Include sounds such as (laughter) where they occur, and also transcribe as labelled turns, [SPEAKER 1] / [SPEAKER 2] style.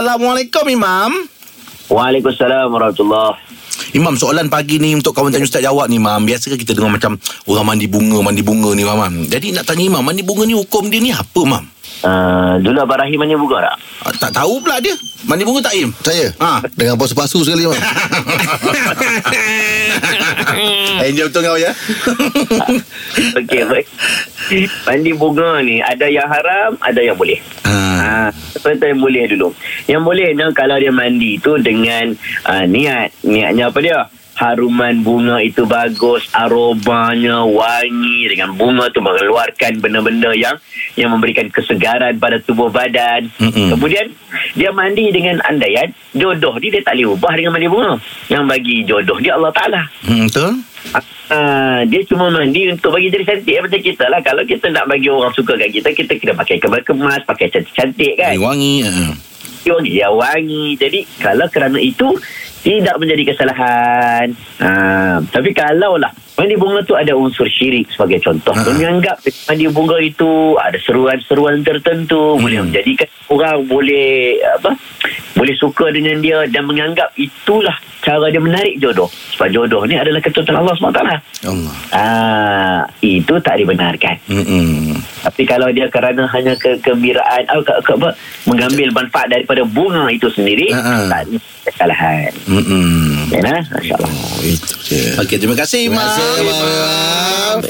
[SPEAKER 1] Assalamualaikum Imam.
[SPEAKER 2] Waalaikumsalam warahmatullahi
[SPEAKER 1] Imam soalan pagi ni untuk kawan tanya ustaz jawab ni Imam. Biasa kan kita dengar macam orang mandi bunga, mandi bunga ni Imam. Jadi nak tanya Imam, mandi bunga ni hukum dia ni apa Imam?
[SPEAKER 2] Uh, dulu Abang Rahim mana buka tak?
[SPEAKER 1] Ah, tak tahu pula dia. Mandi bunga tak Im?
[SPEAKER 3] Saya
[SPEAKER 1] Ha.
[SPEAKER 3] Dengan pasu-pasu sekali Imam
[SPEAKER 1] (laughs) Enjoy betul
[SPEAKER 3] (laughs)
[SPEAKER 1] kau ya.
[SPEAKER 2] Okey, baik. Mandi bunga ni ada yang haram, ada yang boleh.
[SPEAKER 1] Ha.
[SPEAKER 2] Ha, seperti yang boleh dulu. Yang boleh ni kalau dia mandi tu dengan uh, niat. Niatnya apa dia? Haruman bunga itu bagus, aromanya wangi dengan bunga tu mengeluarkan benda-benda yang yang memberikan kesegaran pada tubuh badan.
[SPEAKER 1] Mm-mm.
[SPEAKER 2] Kemudian dia mandi dengan andaian jodoh dia dia tak boleh ubah dengan mandi bunga. Yang bagi jodoh dia Allah Taala.
[SPEAKER 1] Hmm, betul?
[SPEAKER 2] Ah, dia cuma mandi untuk bagi jadi cantik macam kita lah. Kalau kita nak bagi orang suka kat kita, kita kena pakai kemas-kemas, pakai cantik-cantik kan.
[SPEAKER 1] Ni wangi. Ha.
[SPEAKER 2] Dia wangi, dia wangi. Jadi kalau kerana itu, tidak menjadi kesalahan. Ah, tapi kalau lah, mandi bunga tu ada unsur syirik sebagai contoh.
[SPEAKER 1] Ha.
[SPEAKER 2] Ha. Menganggap mandi bunga itu ada seruan-seruan tertentu. Hmm. Boleh menjadikan orang boleh apa boleh suka dengan dia dan menganggap itulah cara dia menarik jodoh. Sebab jodoh ni adalah ketentuan Allah SWT.
[SPEAKER 1] Allah.
[SPEAKER 2] Ah, itu tak dibenarkan.
[SPEAKER 1] Hmm.
[SPEAKER 2] Tapi kalau dia kerana hanya kegembiraan ah, ke, ke, apa, mengambil manfaat daripada bunga itu sendiri,
[SPEAKER 1] Ha-ha.
[SPEAKER 2] tak ada kesalahan.
[SPEAKER 1] Hmm.
[SPEAKER 2] Ya, nah? Masya-Allah.
[SPEAKER 1] Oh, itu dia. Okey, terima kasih Imam.
[SPEAKER 3] Terima kasih Imam